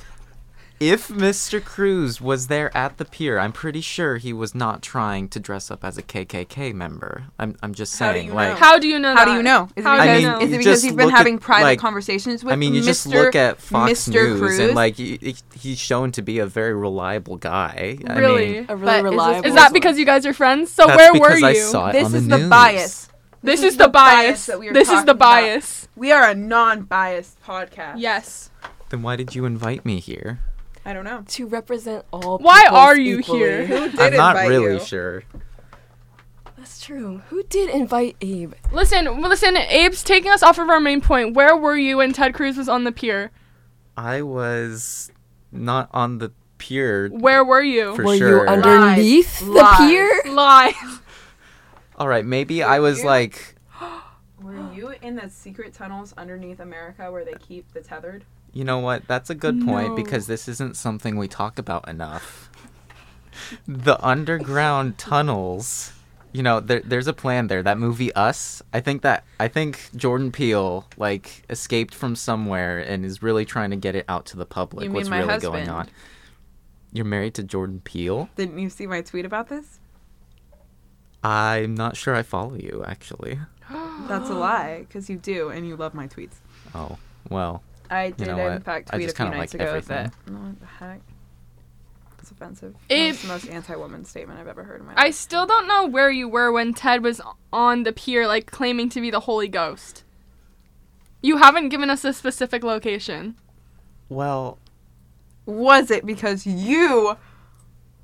Speaker 3: If Mr. Cruz was there at the pier, I'm pretty sure he was not trying to dress up as a KKK member. I'm, I'm just
Speaker 1: How do
Speaker 3: saying,
Speaker 1: you
Speaker 3: like,
Speaker 1: know?
Speaker 2: How do you know?
Speaker 1: How
Speaker 2: that?
Speaker 1: do you know? Is it
Speaker 2: How
Speaker 1: because,
Speaker 2: do
Speaker 3: I
Speaker 2: you
Speaker 3: mean,
Speaker 2: know?
Speaker 1: is it
Speaker 3: you
Speaker 1: because
Speaker 3: just
Speaker 1: you've been
Speaker 3: look at,
Speaker 1: having private
Speaker 3: like-
Speaker 1: conversations with
Speaker 3: I mean, you
Speaker 1: Mr.
Speaker 3: just look at Fox
Speaker 1: Mr.
Speaker 3: News
Speaker 1: Cruz?
Speaker 3: and like he, he- he's shown to be a very reliable guy. I
Speaker 2: Really?
Speaker 3: mean,
Speaker 4: a
Speaker 1: But
Speaker 4: really
Speaker 1: is this-
Speaker 4: reliable?
Speaker 2: Is that because you guys are friends? So
Speaker 3: that's
Speaker 2: where were
Speaker 3: because
Speaker 2: you?
Speaker 3: I saw it
Speaker 1: this
Speaker 3: uh, on the
Speaker 1: is the
Speaker 3: news.
Speaker 1: bias.
Speaker 2: This, is, the bias.
Speaker 1: that we were
Speaker 2: this is
Speaker 1: talking
Speaker 2: the
Speaker 1: about.
Speaker 2: bias.
Speaker 1: We are a non-biased podcast.
Speaker 2: Yes.
Speaker 3: Then why did you invite me here?
Speaker 1: I don't know.
Speaker 4: to represent all?
Speaker 2: Why
Speaker 4: peoples
Speaker 2: are you
Speaker 4: equally.
Speaker 2: here?
Speaker 1: Who did
Speaker 3: I'm not
Speaker 1: invite
Speaker 3: really
Speaker 1: you?
Speaker 3: sure.
Speaker 4: That's true. Who did invite Abe?
Speaker 2: Listen, well, listen. Abe's taking us off of our main point. Where were you when Ted Cruz was on the pier?
Speaker 3: I was not on the pier.
Speaker 2: Where were you?
Speaker 3: For
Speaker 4: were
Speaker 3: sure.
Speaker 4: you underneath
Speaker 1: Lies.
Speaker 4: the
Speaker 1: Lies.
Speaker 4: pier?
Speaker 2: Lie.
Speaker 3: All right, maybe I was
Speaker 1: you?
Speaker 3: like,
Speaker 1: Were you in the secret tunnels underneath America where they keep the tethered?
Speaker 3: you know what? That's a good point
Speaker 2: No.
Speaker 3: because this isn't something we talk about enough. the underground tunnels. You know, there, there's a plan there. That movie Us. I think that I think Jordan Peele like escaped from somewhere and is really trying to get it out to the public.
Speaker 1: You mean
Speaker 3: what's
Speaker 1: my
Speaker 3: really going
Speaker 1: husband?
Speaker 3: on? You're married to Jordan Peele.
Speaker 1: Didn't you see my tweet about this?
Speaker 3: I'm not sure I follow you actually.
Speaker 1: That's a lie, because you do, and you love my tweets.
Speaker 3: Oh well.
Speaker 1: I did,
Speaker 3: know
Speaker 1: in
Speaker 3: what?
Speaker 1: fact,
Speaker 3: I
Speaker 1: tweet a
Speaker 3: just
Speaker 1: few
Speaker 3: kinda
Speaker 1: nights
Speaker 3: like
Speaker 1: ago
Speaker 3: everything.
Speaker 1: that. No, what the heck? It's offensive.
Speaker 2: It-
Speaker 1: it's the most anti-woman statement I've ever heard in my
Speaker 2: I
Speaker 1: life.
Speaker 2: still don't know where you were when Ted was on the pier, like claiming to be the Holy Ghost. You haven't given us a specific location.
Speaker 3: Well,
Speaker 1: Was it because you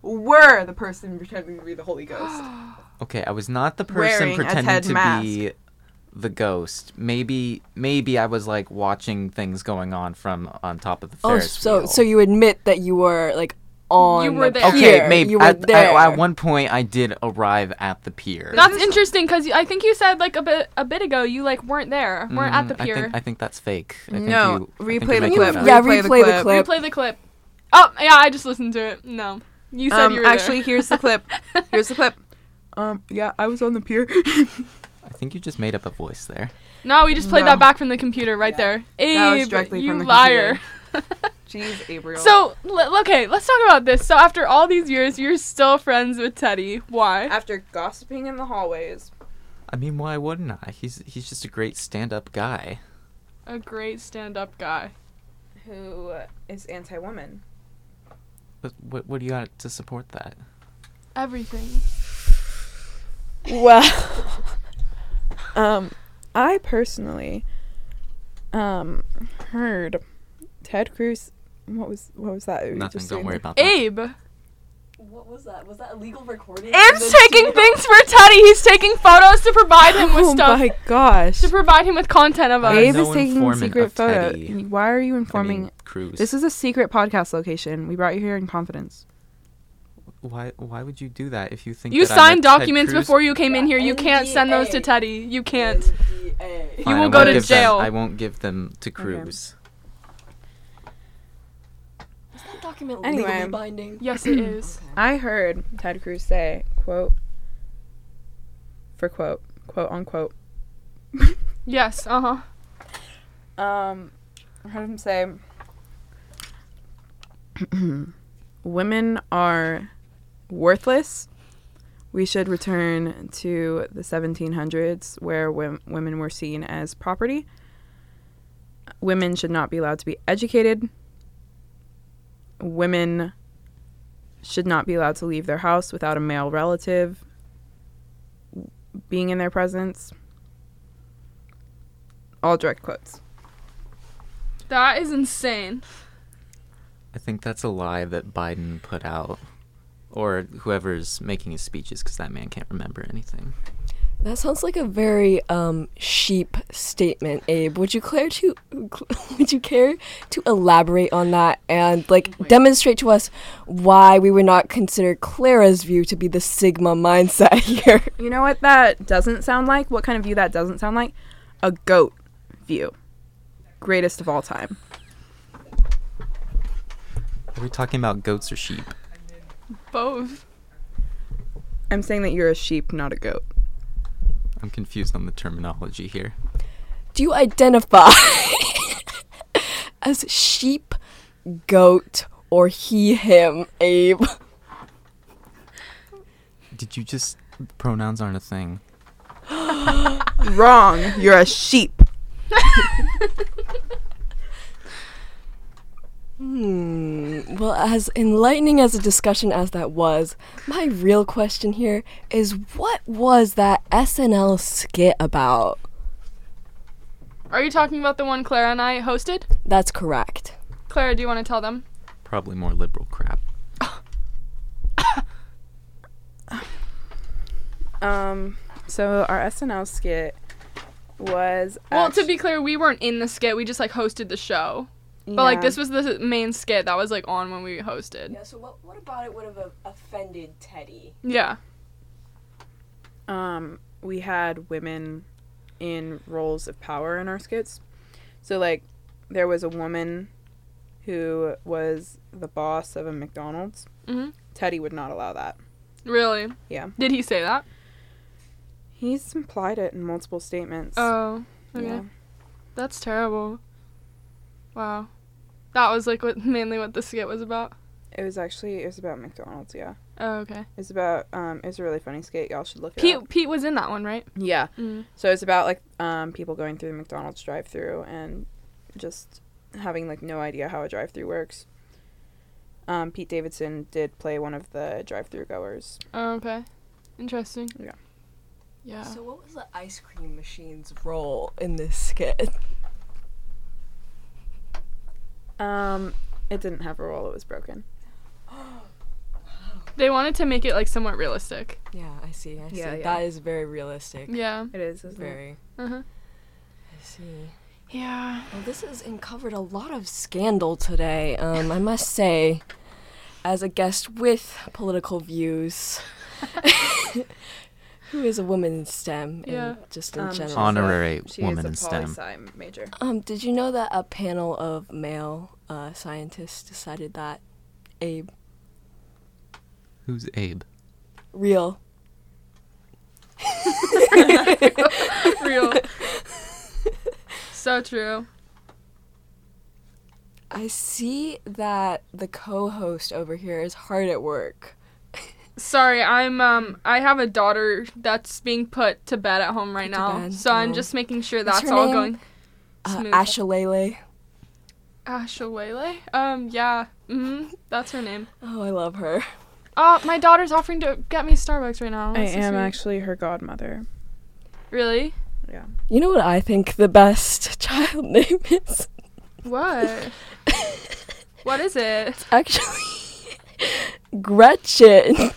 Speaker 1: were the person pretending to be the Holy Ghost?
Speaker 3: Okay, I was not the person
Speaker 1: Wearing a
Speaker 3: pretending
Speaker 1: Ted
Speaker 3: to
Speaker 1: mask.
Speaker 3: be the ghost. Maybe maybe I was like watching things going on from on top of the
Speaker 4: Oh,
Speaker 3: Ferris
Speaker 4: so
Speaker 3: wheel.
Speaker 4: so you admit that you were like on
Speaker 2: You were
Speaker 4: the
Speaker 2: there.
Speaker 3: Okay,
Speaker 4: pier.
Speaker 3: maybe
Speaker 4: you were
Speaker 3: at,
Speaker 4: there.
Speaker 3: I, at one point I did arrive at the pier.
Speaker 2: That's interesting because I think you said like a bit a bit ago you like weren't there, weren't at
Speaker 3: Mm,
Speaker 2: the
Speaker 3: I
Speaker 2: pier.
Speaker 3: think, I think that's fake. I think
Speaker 1: No,
Speaker 3: you- I think
Speaker 1: replay
Speaker 3: you're
Speaker 1: the
Speaker 3: making
Speaker 1: clip.
Speaker 3: that up.
Speaker 4: yeah,
Speaker 1: Replay
Speaker 4: replay
Speaker 1: the clip.
Speaker 4: the clip.
Speaker 2: Replay the clip. Oh yeah, I just listened to it. No, you said
Speaker 1: um,
Speaker 2: you were
Speaker 1: actually,
Speaker 2: there.
Speaker 1: here's the clip. Here's the clip. Um, yeah, I was on the pier.
Speaker 3: I think you just made up a voice there.
Speaker 2: No, we just played
Speaker 1: No.
Speaker 2: that back from the computer right there. Abe,
Speaker 1: That was directly
Speaker 2: you
Speaker 1: from the
Speaker 2: liar.
Speaker 1: Jeez, April.
Speaker 2: So l- okay, let's talk about this. So after all these years, you're still friends with Teddy. Why?
Speaker 1: after gossiping in the hallways,
Speaker 3: I mean, why wouldn't I? He's he's just a great stand-up guy.
Speaker 2: A great stand-up guy.
Speaker 1: who is anti-woman?
Speaker 3: But what what do you got to support that?
Speaker 2: Everything.
Speaker 1: Well, um, I personally, um, heard Ted Cruz. What was what was that? We were
Speaker 3: Nothing.
Speaker 1: just
Speaker 3: Don't
Speaker 1: doing
Speaker 3: worry
Speaker 1: the-
Speaker 3: about that.
Speaker 2: Abe.
Speaker 4: What was that? Was that illegal recording?
Speaker 2: Abe's taking things for Teddy. He's taking photos to provide him with
Speaker 1: Oh
Speaker 2: stuff.
Speaker 1: my gosh!
Speaker 2: To provide him with content of us.
Speaker 1: Abe is
Speaker 3: No
Speaker 1: taking
Speaker 3: informant
Speaker 1: secret
Speaker 3: of
Speaker 1: photo.
Speaker 3: Teddy.
Speaker 1: Why are you
Speaker 3: I mean,
Speaker 1: informing?
Speaker 3: Cruz.
Speaker 1: this is a secret podcast location. We brought you here in confidence.
Speaker 3: why why would you do that if you think
Speaker 2: You
Speaker 3: that I'm a
Speaker 2: signed
Speaker 3: Ted
Speaker 2: documents
Speaker 3: Cruz
Speaker 2: before you came in
Speaker 4: Yeah,
Speaker 2: here. You can't send those to
Speaker 4: NDA.
Speaker 2: Teddy. You can't.
Speaker 4: can't.
Speaker 2: You
Speaker 3: Fine,
Speaker 2: will
Speaker 3: I
Speaker 2: go
Speaker 3: won't
Speaker 2: to
Speaker 3: give them-
Speaker 2: jail.
Speaker 3: I won't give them to Cruz.
Speaker 4: Was that document
Speaker 1: Anyway.
Speaker 4: legally binding?
Speaker 2: Yes, it
Speaker 1: Mm-hmm.
Speaker 2: is.
Speaker 1: I heard Ted Cruz say, quote, for quote, quote unquote.
Speaker 2: Yes, uh huh.
Speaker 1: Um, I heard him say, women are worthless. We should return to the 1700s where wom- women were seen as property. Women should not be allowed to be educated. Women should not be allowed to leave their house without a male relative being in their presence. All direct quotes.
Speaker 2: That is insane.
Speaker 3: I think that's a lie that Biden put out, or whoever's making his speeches, because that man can't remember anything.
Speaker 4: That sounds like a very um sheep statement, Abe. Would you care to would you care to elaborate on that and like demonstrate to us why we would not consider Clara's view to be the sigma mindset here?
Speaker 1: You know what that doesn't sound like? What kind of view that doesn't sound like? A goat view. greatest of all time.
Speaker 3: Are we talking about goats or sheep?
Speaker 2: Both.
Speaker 1: I'm saying that you're a sheep, not a goat.
Speaker 3: I'm confused on the terminology here.
Speaker 4: Do you identify as sheep, goat, or he, him, Abe?
Speaker 3: Did you just pronouns aren't a thing?
Speaker 1: Wrong. You're a sheep.
Speaker 4: Hmm. Well, as enlightening as a discussion as that was, my real question here is what was that SNL skit about?
Speaker 2: Are you talking about the one Clara and I hosted?
Speaker 4: That's correct.
Speaker 2: Clara, do you want to tell them?
Speaker 3: Probably more liberal crap.
Speaker 1: Um, so our SNL skit was
Speaker 2: Well, to be clear, we weren't in the skit. We just like hosted the show. But like this was the main skit that was like on when we hosted.
Speaker 4: so what, what about it would have offended Teddy?
Speaker 2: Yeah.
Speaker 1: um, we had women in roles of power in our skits. So, like, there was a woman who was the boss of a McDonald's.
Speaker 2: Mhm.
Speaker 1: Teddy would not allow that.
Speaker 2: Really?
Speaker 1: Yeah.
Speaker 2: Did he say that?
Speaker 1: He's implied it in multiple statements.
Speaker 2: Oh. Okay.
Speaker 1: Yeah.
Speaker 2: That's terrible. Wow. That was like what mainly what the skit was about.
Speaker 1: It was actually, it was about McDonald's, yeah.
Speaker 2: Oh, okay.
Speaker 1: It was about, um, it was a really funny skit. Y'all should look it up.
Speaker 2: Pete Pete was in that one, right?
Speaker 1: Yeah.
Speaker 2: Mm.
Speaker 1: So it's about like um, people going through the McDonald's drive-through and just having like no idea how a drive-through works. Um, Pete Davidson did play one of the drive-through goers.
Speaker 2: Oh, okay. Interesting.
Speaker 1: Yeah.
Speaker 2: Yeah.
Speaker 4: So what was the ice cream machine's role in this skit?
Speaker 1: Um, it didn't have a roll; it was broken.
Speaker 2: they wanted to make it like somewhat realistic.
Speaker 4: Yeah, I see. I see.
Speaker 1: Yeah, yeah.
Speaker 4: That is very realistic.
Speaker 2: Yeah.
Speaker 1: It is, isn't it?
Speaker 4: Very.
Speaker 2: Uh-huh.
Speaker 4: I see.
Speaker 2: Yeah.
Speaker 4: Well, this has uncovered a lot of scandal today, um, I must say, as a guest with political views, who is a woman in STEM,
Speaker 2: Yeah.
Speaker 4: and just in
Speaker 1: Um,
Speaker 4: general.
Speaker 3: Honorary
Speaker 1: She
Speaker 3: woman in
Speaker 1: is a poli
Speaker 3: STEM.
Speaker 1: sci major.
Speaker 4: Um, did you know that a panel of male uh, scientists decided that a
Speaker 3: Who's Abe?
Speaker 4: real
Speaker 2: Real. so true.
Speaker 4: I see that the co-host over here is hard at work.
Speaker 2: Sorry, I'm um I have a daughter that's being put to bed at home right
Speaker 4: Put to
Speaker 2: now.
Speaker 4: bed,
Speaker 2: So I'm
Speaker 4: oh.
Speaker 2: just making sure
Speaker 4: What's
Speaker 2: that's
Speaker 4: her
Speaker 2: all
Speaker 4: name?
Speaker 2: going
Speaker 4: Uh,
Speaker 2: Smooth. Ashalele.
Speaker 4: Ashalele.
Speaker 2: Um yeah. Mhm. That's her name.
Speaker 4: Oh, I love her.
Speaker 2: Uh my daughter's offering to get me Starbucks right now.
Speaker 1: I
Speaker 2: That's so
Speaker 1: am
Speaker 2: sweet.
Speaker 1: actually her godmother.
Speaker 2: Really?
Speaker 4: You know what I think the best child name is?
Speaker 2: What? what is it?
Speaker 4: Actually, Gretchen.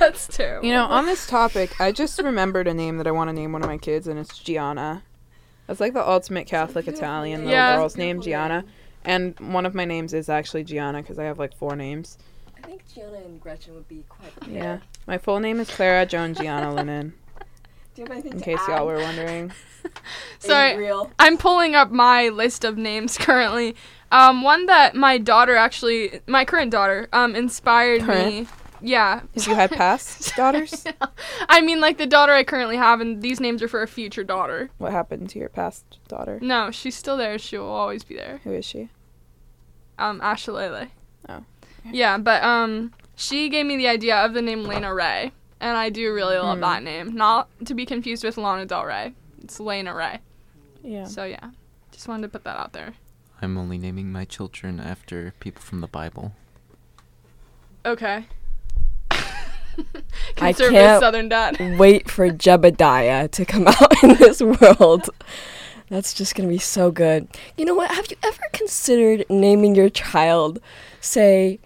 Speaker 2: That's terrible.
Speaker 1: You know, on this topic, I just remembered a name that I want to name one of my kids, and it's Gianna. That's like the ultimate Catholic Italian little
Speaker 2: Yeah.
Speaker 1: girl's name, Gianna. And one of my names is actually Gianna because I have like four names.
Speaker 4: I think Gianna and Gretchen would be quite.
Speaker 1: Yeah. My full name is Clara Joan Gianna Lennon,
Speaker 4: Do you have anything
Speaker 1: in case y'all were wondering.
Speaker 2: Sorry.
Speaker 4: real?
Speaker 2: I'm pulling up my list of names currently. Um, one that my daughter actually, my current daughter, um, inspired me.
Speaker 1: Current?
Speaker 2: Yeah.
Speaker 1: Have you had past daughters?
Speaker 2: I mean, like the daughter I currently have, and these names are for a future daughter.
Speaker 1: What happened to your past daughter?
Speaker 2: No, she's still there. She will always be there.
Speaker 1: Who is she?
Speaker 2: Um, Ashalele.
Speaker 1: Oh.
Speaker 2: Yeah, but um, she gave me the idea of the name Lena Ray, and I do really love
Speaker 1: Hmm.
Speaker 2: that name. Not to be confused with Lana Del Rey. It's Lena Ray.
Speaker 1: Yeah.
Speaker 2: So yeah, just wanted to put that out there.
Speaker 3: I'm only naming my children after people from the Bible.
Speaker 2: Okay.
Speaker 4: I
Speaker 2: Conservative
Speaker 4: can't-
Speaker 2: Southern dad.
Speaker 4: Wait for Jebediah to come out in this world. That's just gonna be so good. You know what? Have you ever considered naming your child, say,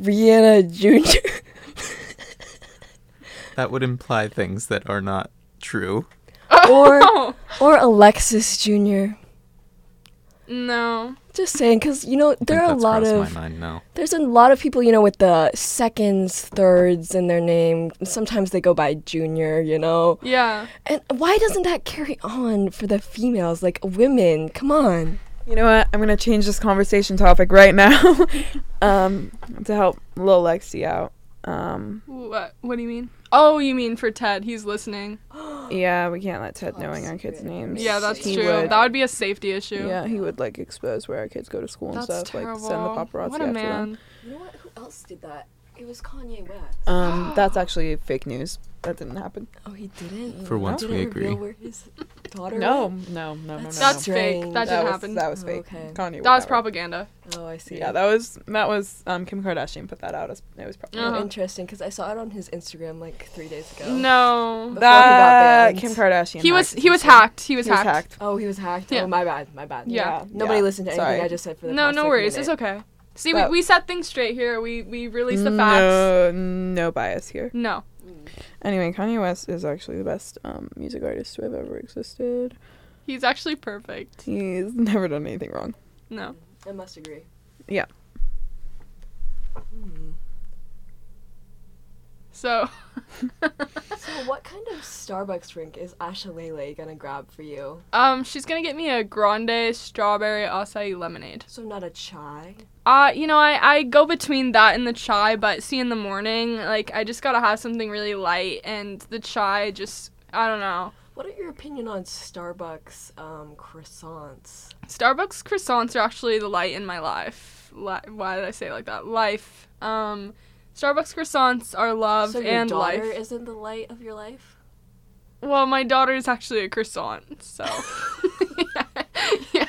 Speaker 4: Rihanna Jr.?
Speaker 3: That would imply things that are not true.
Speaker 4: or or Alexis Jr.
Speaker 2: No.
Speaker 4: Just saying, because you know there are a
Speaker 3: that's
Speaker 4: lot
Speaker 3: crossed
Speaker 4: of
Speaker 3: my mind now.
Speaker 4: there's a lot of people you know with the seconds, thirds in their name. Sometimes they go by junior, you know.
Speaker 2: Yeah.
Speaker 4: And why doesn't that carry on for the females, like women? Come on.
Speaker 1: You know what? I'm gonna change this conversation topic right now, um, to help Lil Lexi out. Um,
Speaker 2: What? What do you mean? Oh, you mean for Ted? He's listening.
Speaker 1: yeah, we can't let Ted
Speaker 4: Top
Speaker 1: knowing our kids'
Speaker 4: secret.
Speaker 1: names.
Speaker 2: Yeah, that's
Speaker 1: He
Speaker 2: true.
Speaker 1: would-
Speaker 2: That would be a safety issue.
Speaker 1: yeah, he would like expose where our kids go to school and
Speaker 2: That's
Speaker 1: stuff.
Speaker 2: terrible.
Speaker 1: Like send the paparazzi
Speaker 2: what a
Speaker 1: after
Speaker 2: man.
Speaker 4: You know what? Who else did that? It was Kanye West.
Speaker 1: them. Um, that's actually fake news. That didn't happen.
Speaker 4: Oh, he didn't.
Speaker 3: For
Speaker 4: He
Speaker 3: once we
Speaker 4: didn't reveal
Speaker 3: agree.
Speaker 4: Where his daughter?
Speaker 1: No,
Speaker 4: went?
Speaker 1: no, no, no, no.
Speaker 4: That's
Speaker 1: no.
Speaker 2: That's fake. That
Speaker 4: Strange. That
Speaker 2: didn't
Speaker 1: was,
Speaker 2: happen.
Speaker 1: That was
Speaker 4: Oh,
Speaker 1: fake.
Speaker 4: okay.
Speaker 1: Kanye. would
Speaker 2: That was
Speaker 1: never.
Speaker 2: propaganda.
Speaker 4: Oh, I see.
Speaker 1: Yeah, that was that was um, Kim Kardashian put that out as it was
Speaker 4: Oh,
Speaker 1: propaganda.
Speaker 2: Uh-huh.
Speaker 4: interesting, because I saw it on his Instagram like three days ago.
Speaker 2: No.
Speaker 4: Before he got
Speaker 1: That
Speaker 4: banned.
Speaker 1: Kim Kardashian.
Speaker 2: He was
Speaker 1: hacked
Speaker 2: he was
Speaker 1: his Instagram.
Speaker 2: hacked. He was
Speaker 1: He was
Speaker 2: hacked.
Speaker 1: hacked.
Speaker 4: Oh, he was hacked.
Speaker 2: Yeah.
Speaker 4: Oh, my bad. My bad.
Speaker 2: Yeah.
Speaker 4: Nobody
Speaker 1: yeah.
Speaker 4: listened to anything
Speaker 1: Sorry.
Speaker 4: I just said for the
Speaker 2: No,
Speaker 4: past,
Speaker 2: no
Speaker 4: like,
Speaker 2: worries.
Speaker 4: minute.
Speaker 2: It's okay. See,
Speaker 1: But-
Speaker 2: we, we set things straight here. We we release the facts.
Speaker 1: No, no bias here.
Speaker 2: No.
Speaker 4: Mm,
Speaker 1: Anyway, Kanye West is actually the best um, music artist to have ever existed.
Speaker 2: He's actually perfect.
Speaker 1: He's never done anything wrong.
Speaker 2: No.
Speaker 4: I must agree.
Speaker 1: Yeah.
Speaker 4: Hmm.
Speaker 2: So
Speaker 4: So, what kind of Starbucks drink is Ashalele gonna grab for you?
Speaker 2: um she's going to get me a grande strawberry acai lemonade.
Speaker 4: So, not a chai.
Speaker 2: Uh, you know, I, I go between that and the chai, but see in the morning, like I just gotta have something really light and the chai just I don't know.
Speaker 4: What are your opinion on Starbucks um, croissants?
Speaker 2: Starbucks croissants are actually the light in my life. Li- why did I say it like that? Life. Um Starbucks croissants are love
Speaker 4: so your
Speaker 2: and life.
Speaker 4: daughter isn't the light of your life.
Speaker 2: well, my daughter is actually a croissant, so yeah.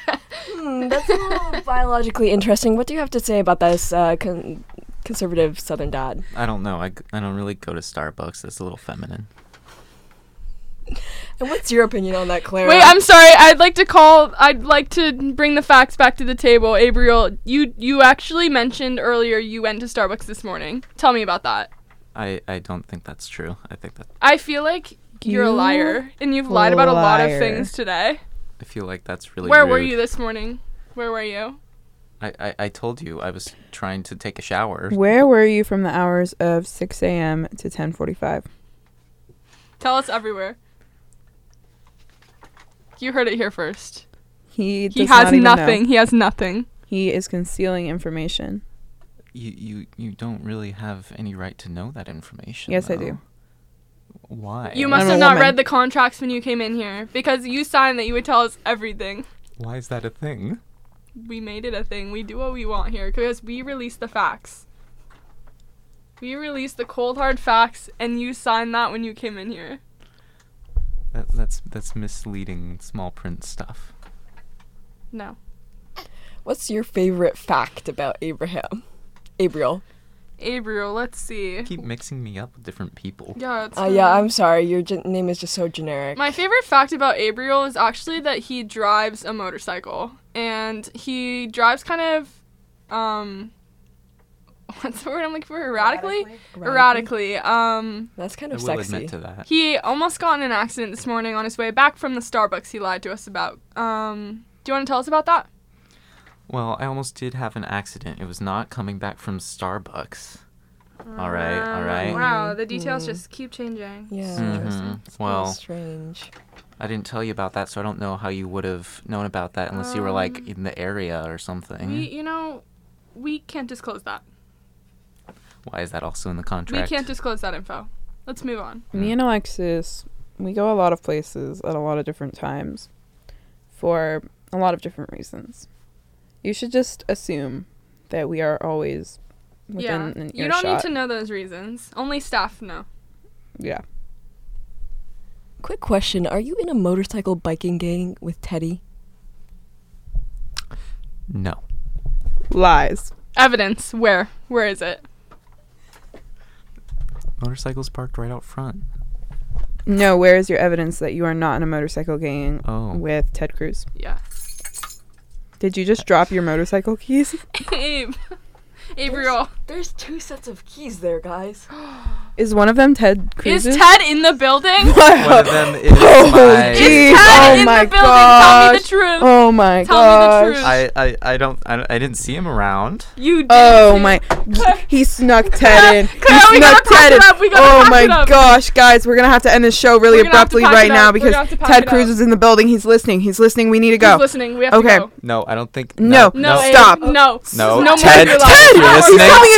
Speaker 4: Hmm, that's a little biologically interesting. What do you have to say about this uh, con- conservative Southern dad?
Speaker 3: I don't know. I, g- I don't really go to Starbucks. That's a little feminine.
Speaker 4: And what's your opinion on that, Clara?
Speaker 2: Wait, I'm sorry. I'd like to call. I'd like to bring the facts back to the table. Abriel, you you actually mentioned earlier you went to Starbucks this morning. Tell me about that.
Speaker 3: I, I don't think that's true. I think that
Speaker 2: I feel like you're a
Speaker 1: You
Speaker 2: liar, and you've lied about a lot of
Speaker 1: liar.
Speaker 2: things today.
Speaker 3: I feel like that's really.
Speaker 2: Where were
Speaker 3: rude.
Speaker 2: you this morning? Where were you?
Speaker 3: I, I I told you I was trying to take a shower.
Speaker 1: Where were you from the hours of 6 a.m. to 10:45?
Speaker 2: Tell us everywhere. You heard it here first.
Speaker 1: He
Speaker 2: He
Speaker 1: does
Speaker 2: has
Speaker 1: not even know.
Speaker 2: nothing. He has nothing.
Speaker 1: He is concealing information.
Speaker 3: You you you don't really have any right to know that information.
Speaker 1: Yes, I
Speaker 3: though.
Speaker 1: do.
Speaker 3: Why?
Speaker 2: You must
Speaker 1: I'm a
Speaker 2: have not
Speaker 1: woman.
Speaker 2: read the contracts when you came in here because you signed that you would tell us everything.
Speaker 3: Why is that a thing?
Speaker 2: we made it a thing. We do what we want here because we release the facts. We release the cold hard facts, and you signed that when you came in here.
Speaker 3: That, that's that's misleading small print stuff.
Speaker 2: No.
Speaker 4: What's your favorite fact about Abraham? Abriel.
Speaker 2: Abriel, let's see.
Speaker 3: Keep mixing me up with different people.
Speaker 2: Yeah, it's
Speaker 4: Uh, yeah,
Speaker 2: fine.
Speaker 4: I'm sorry. Your gen- name is just so generic.
Speaker 2: My favorite fact about Abriel is actually that he drives a motorcycle, and he drives kind of, um, what's the word I'm looking for? Erratically. Erratically. Um.
Speaker 4: That's kind
Speaker 3: I
Speaker 4: of
Speaker 3: will
Speaker 4: sexy.
Speaker 3: admit to that.
Speaker 2: He almost got in an accident this morning on his way back from the Starbucks he lied to us about. Um, do you want to tell us about that?
Speaker 3: Well, I almost did have an accident. It was not coming back from Starbucks. All right, all right.
Speaker 2: Um, Wow, the details just keep changing.
Speaker 4: Yeah.
Speaker 2: It's
Speaker 4: Mhm.
Speaker 2: interesting.
Speaker 3: Mhm.
Speaker 4: That was
Speaker 3: Well,
Speaker 4: strange.
Speaker 3: I didn't tell you about that, so I don't know how you would have known about that unless you were like in the area or something.
Speaker 2: We, you know, we can't disclose that.
Speaker 3: Why is that also in the contract?
Speaker 2: We can't disclose that info. Let's move on.
Speaker 1: Me and Alexis, we go a lot of places at a lot of different times for a lot of different reasons. You should just assume that we are always within
Speaker 2: yeah.
Speaker 1: an earshot.
Speaker 2: You don't need to know those reasons. Only staff know.
Speaker 1: Yeah.
Speaker 4: Quick question: Are you in a motorcycle biking gang with Teddy?
Speaker 3: no.
Speaker 1: Lies.
Speaker 2: Evidence. Where? Where is it?
Speaker 3: Motorcycles parked right out front.
Speaker 1: No, where is your evidence that you are not in a motorcycle gang
Speaker 3: Oh.
Speaker 1: with Ted Cruz?
Speaker 2: Yeah.
Speaker 1: Did you just drop your motorcycle keys?
Speaker 2: Abe. Abriel.
Speaker 4: There's two sets of keys there, guys.
Speaker 1: Is one of them Ted
Speaker 2: Is
Speaker 1: Cruz?
Speaker 2: Ted in the building?
Speaker 3: One of them is
Speaker 4: Oh,
Speaker 3: my.
Speaker 4: geez.
Speaker 2: Is
Speaker 1: Oh
Speaker 2: Ted in
Speaker 1: my
Speaker 2: the building? Tell me the
Speaker 1: gosh.
Speaker 2: truth.
Speaker 1: Oh my
Speaker 2: Tell me the
Speaker 1: gosh.
Speaker 2: truth.
Speaker 3: I, I, I don't I, don't- I didn't see him around.
Speaker 2: You did.
Speaker 1: Oh
Speaker 2: too.
Speaker 1: my! He snuck Ted in. He
Speaker 2: Claire, we
Speaker 1: snuck
Speaker 2: gotta pack
Speaker 1: Ted
Speaker 2: it
Speaker 1: in.
Speaker 2: up, we gotta
Speaker 1: Oh
Speaker 2: pack
Speaker 1: my
Speaker 2: it up.
Speaker 1: gosh, guys, we're gonna have to end this show really
Speaker 2: We're gonna have to
Speaker 1: abruptly
Speaker 2: pack it
Speaker 1: right
Speaker 2: up,
Speaker 1: now
Speaker 2: we're
Speaker 1: because
Speaker 2: gonna have to pack
Speaker 1: Ted
Speaker 2: it
Speaker 1: Cruz
Speaker 2: up.
Speaker 1: is in the building. He's listening. He's listening. We need to
Speaker 2: He's
Speaker 1: go.
Speaker 2: listening. We have
Speaker 1: Okay.
Speaker 2: to go.
Speaker 3: No, I don't think.
Speaker 1: No.
Speaker 2: No,
Speaker 1: No.
Speaker 2: Abe,
Speaker 1: Stop.
Speaker 2: No.
Speaker 3: No.
Speaker 2: No more
Speaker 3: Ted,
Speaker 2: of your
Speaker 3: Ted,
Speaker 2: lies.
Speaker 3: you're
Speaker 1: He's
Speaker 3: listening.
Speaker 1: coming in.